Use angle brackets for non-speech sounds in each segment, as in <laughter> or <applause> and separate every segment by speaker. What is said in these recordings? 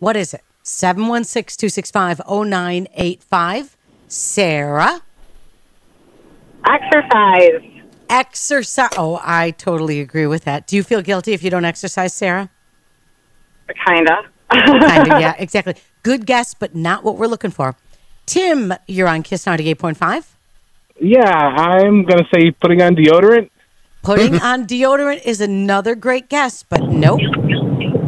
Speaker 1: What is it? 716 265 0985. Sarah,
Speaker 2: Exercise.
Speaker 1: exercise. Oh, I totally agree with that. Do you feel guilty if you don't exercise, Sarah?
Speaker 2: Kinda.
Speaker 1: Kind of, yeah, exactly. Good guess, but not what we're looking for. Tim, you're on Kiss 98.5.
Speaker 3: Yeah, I'm gonna say putting on deodorant.
Speaker 1: Putting on deodorant is another great guess, but nope.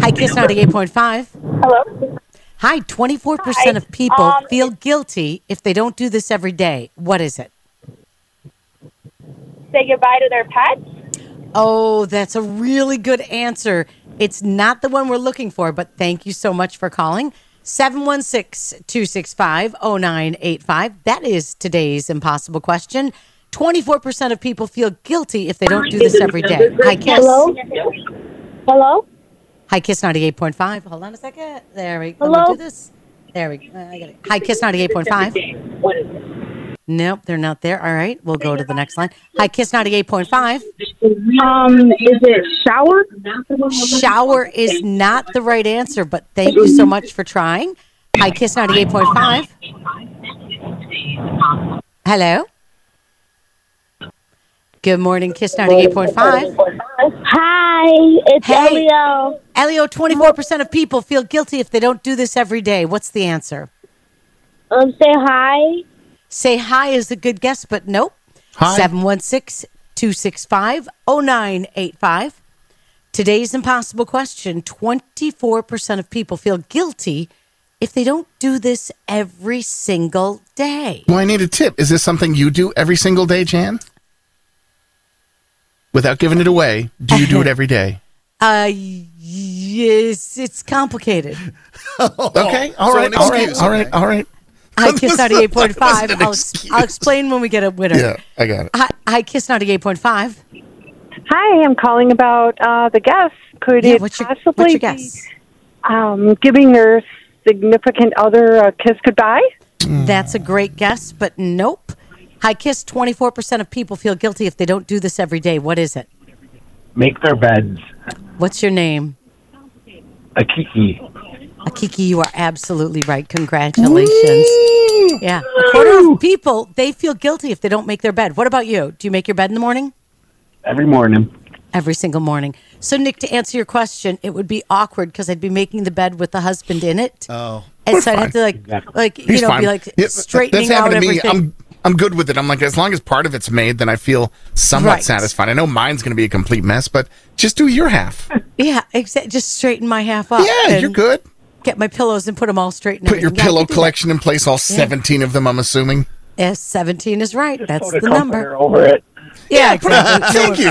Speaker 1: Hi, Kiss 98.5.
Speaker 2: Hello.
Speaker 1: Hi, 24% of people feel guilty if they don't do this every day. What is it?
Speaker 2: Say goodbye to their pets.
Speaker 1: Oh, that's a really good answer. It's not the one we're looking for, but thank you so much for calling. 716 265 0985. That is today's impossible question. 24% of people feel guilty if they don't do this every day. Hi, Kiss.
Speaker 2: Hello. Hello.
Speaker 1: Hi, Kiss 98.5. Hold on a second. There we go.
Speaker 2: Hello?
Speaker 1: do this. There we go. I got it. Hi, Kiss 98.5.
Speaker 2: What is it?
Speaker 1: Nope, they're not there. All right, we'll go to the next line. Hi, Kiss 98.5.
Speaker 2: Um, is it shower?
Speaker 1: Shower is not the right answer, but thank you so much for trying. Hi, Kiss 98.5. Hello. Good morning, Kiss 98.5.
Speaker 2: Hi, it's
Speaker 1: Hey.
Speaker 2: Elio.
Speaker 1: Elio, 24% of people feel guilty if they don't do this every day. What's the answer?
Speaker 2: Um, say hi.
Speaker 1: Say hi is a good guess, but nope. 716 265 0985. Today's impossible question 24% of people feel guilty if they don't do this every single day.
Speaker 4: Well, I need a tip. Is this something you do every single day, Jan? Without giving it away, do you <laughs> do it every day?
Speaker 1: Uh, yes,
Speaker 4: <laughs>
Speaker 1: it's complicated.
Speaker 4: Okay. All right. all right. All right. All right.
Speaker 1: I Kiss
Speaker 4: That was-
Speaker 1: 98.5.
Speaker 4: that was an
Speaker 1: I'll,
Speaker 4: excuse.
Speaker 1: I'll explain when we get a winner.
Speaker 4: Yeah, I got it.
Speaker 1: Hi, hi Kiss 98.5.
Speaker 2: Hi, I'm calling about uh, the guest. Could
Speaker 1: Yeah,
Speaker 2: it
Speaker 1: what's your,
Speaker 2: possibly
Speaker 1: what's your
Speaker 2: be,
Speaker 1: guess?
Speaker 2: um, giving their significant other a kiss goodbye?
Speaker 1: That's a great guess, but nope. Hi, Kiss. 24% of people feel guilty if they don't do this every day. What is it?
Speaker 5: Make their beds.
Speaker 1: What's your name?
Speaker 5: A kiki.
Speaker 1: Akiki, you are absolutely right. Congratulations. Yeah. A quarter of people, they feel guilty if they don't make their bed. What about you? Do you make your bed in the morning?
Speaker 5: Every morning.
Speaker 1: Every single morning. So, Nick, to answer your question, it would be awkward because I'd be making the bed with the husband in it. Oh. And so I'd have to, like, like you
Speaker 4: He's
Speaker 1: know,
Speaker 4: fine.
Speaker 1: be like
Speaker 4: Yeah, th-
Speaker 1: straightening out everything.
Speaker 4: I'm I'm good with it. I'm like as long as part of it's made, then I feel somewhat
Speaker 1: Right.
Speaker 4: satisfied. I know mine's going to be a complete mess, but just do your
Speaker 1: <laughs>
Speaker 4: half.
Speaker 1: yeah, exa- just straighten my half up.
Speaker 4: yeah, you're
Speaker 1: and-
Speaker 4: good.
Speaker 1: get my pillows and put them all straight. and
Speaker 4: Put your
Speaker 1: everything. Yeah, I
Speaker 4: pillow
Speaker 1: could do
Speaker 4: collection in place. All 17 of them, I'm assuming.
Speaker 1: that. Yes, seventeen is right. That's
Speaker 5: Put a
Speaker 1: the number.
Speaker 5: comforter over it.
Speaker 1: Yeah,
Speaker 4: put-
Speaker 1: exactly.
Speaker 4: <laughs> Thank you.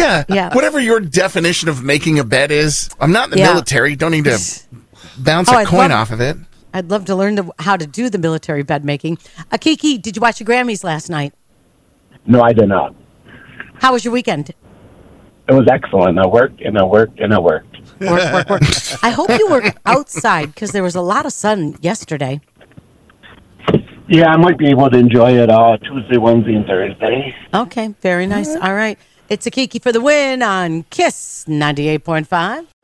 Speaker 4: Yeah.
Speaker 1: Yeah.
Speaker 4: Whatever your definition of making a bet is, I'm not in the
Speaker 1: Yeah.
Speaker 4: military. Don't
Speaker 1: <laughs>
Speaker 4: need to bounce
Speaker 1: Oh,
Speaker 4: a
Speaker 1: I'd
Speaker 4: coin
Speaker 1: love-
Speaker 4: off of it.
Speaker 1: I'd love to learn the, how to do the military bed making. Akiki, did you watch the Grammys last night?
Speaker 5: No, I did not.
Speaker 1: How was your weekend?
Speaker 5: It was excellent. I worked and I worked and I worked.
Speaker 1: Work, work, work. I hope you were outside because there was a lot of sun yesterday.
Speaker 5: Yeah, I might be able to enjoy it uh, Tuesday, Wednesday, and Thursday.
Speaker 1: Okay, very nice. All right, it's Akiki for the win on Kiss ninety eight point five.